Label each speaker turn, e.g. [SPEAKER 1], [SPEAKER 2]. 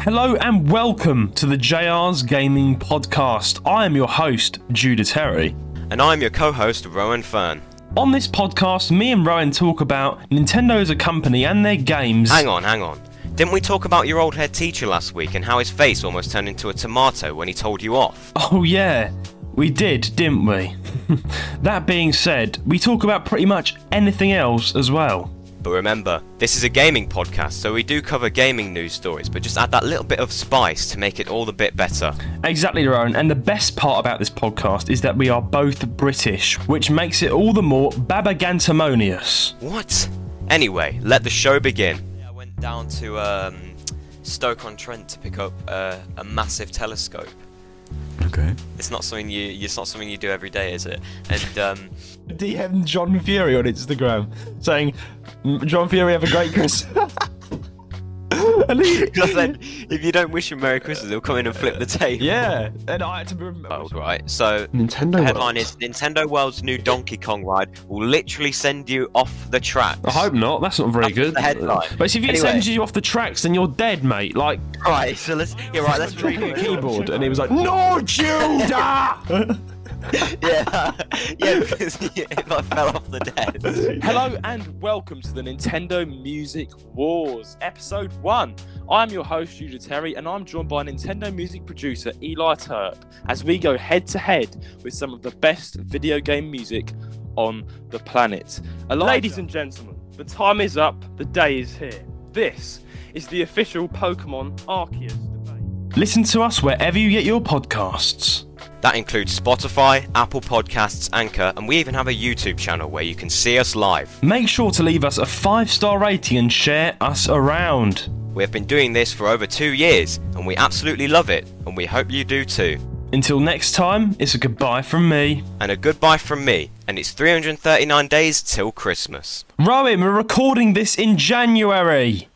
[SPEAKER 1] Hello and welcome to the JR's Gaming Podcast. I am your host, Judah Terry.
[SPEAKER 2] And I'm your co host, Rowan Fern.
[SPEAKER 1] On this podcast, me and Rowan talk about Nintendo as a company and their games.
[SPEAKER 2] Hang on, hang on. Didn't we talk about your old head teacher last week and how his face almost turned into a tomato when he told you off?
[SPEAKER 1] Oh, yeah, we did, didn't we? that being said, we talk about pretty much anything else as well.
[SPEAKER 2] But remember, this is a gaming podcast, so we do cover gaming news stories, but just add that little bit of spice to make it all a bit better.
[SPEAKER 1] Exactly, Rowan. And the best part about this podcast is that we are both British, which makes it all the more babagantamonious.
[SPEAKER 2] What? Anyway, let the show begin. I went down to um, Stoke on Trent to pick up uh, a massive telescope.
[SPEAKER 3] Okay.
[SPEAKER 2] It's not something you it's not something you do every day, is it? And um,
[SPEAKER 1] DM John Fury on Instagram saying, John Fury, have a great Christmas. and he,
[SPEAKER 2] because then if you don't wish him Merry Christmas, he'll come in and flip the tape.
[SPEAKER 1] yeah, and I had to remember.
[SPEAKER 2] World, right? So
[SPEAKER 3] Nintendo.
[SPEAKER 2] the headline is Nintendo World's new Donkey Kong ride will literally send you off the tracks.
[SPEAKER 1] I hope not. That's not very
[SPEAKER 2] That's
[SPEAKER 1] good.
[SPEAKER 2] the headline.
[SPEAKER 1] But if it
[SPEAKER 2] Anyway.
[SPEAKER 1] sends you off the tracks, then you're dead, mate. Like
[SPEAKER 2] Right, so let's yeah, right, let's read
[SPEAKER 1] dropping a
[SPEAKER 2] it.
[SPEAKER 1] keyboard, and he was like, "No, Judah."
[SPEAKER 2] Yeah, yeah, because if I fell off the dead.
[SPEAKER 4] Hello and welcome to the Nintendo Music Wars, Episode 1. I'm your host, Judah Terry, and I'm joined by Nintendo music producer Eli Turp as we go head to head with some of the best video game music on the planet. Ladies and gentlemen, the time is up, the day is here. This is the official Pokemon Arceus debate.
[SPEAKER 1] Listen to us wherever you get your podcasts.
[SPEAKER 2] That includes Spotify, Apple Podcasts, Anchor, and we even have a YouTube channel where you can see us live.
[SPEAKER 1] Make sure to leave us a five-star rating and share us around.
[SPEAKER 2] We have been doing this for over two years, and we absolutely love it, and we hope you do too.
[SPEAKER 1] Until next time, it's a goodbye from me.
[SPEAKER 2] And a goodbye from me, and it's 339 days till Christmas.
[SPEAKER 1] Rowan, we're recording this in January.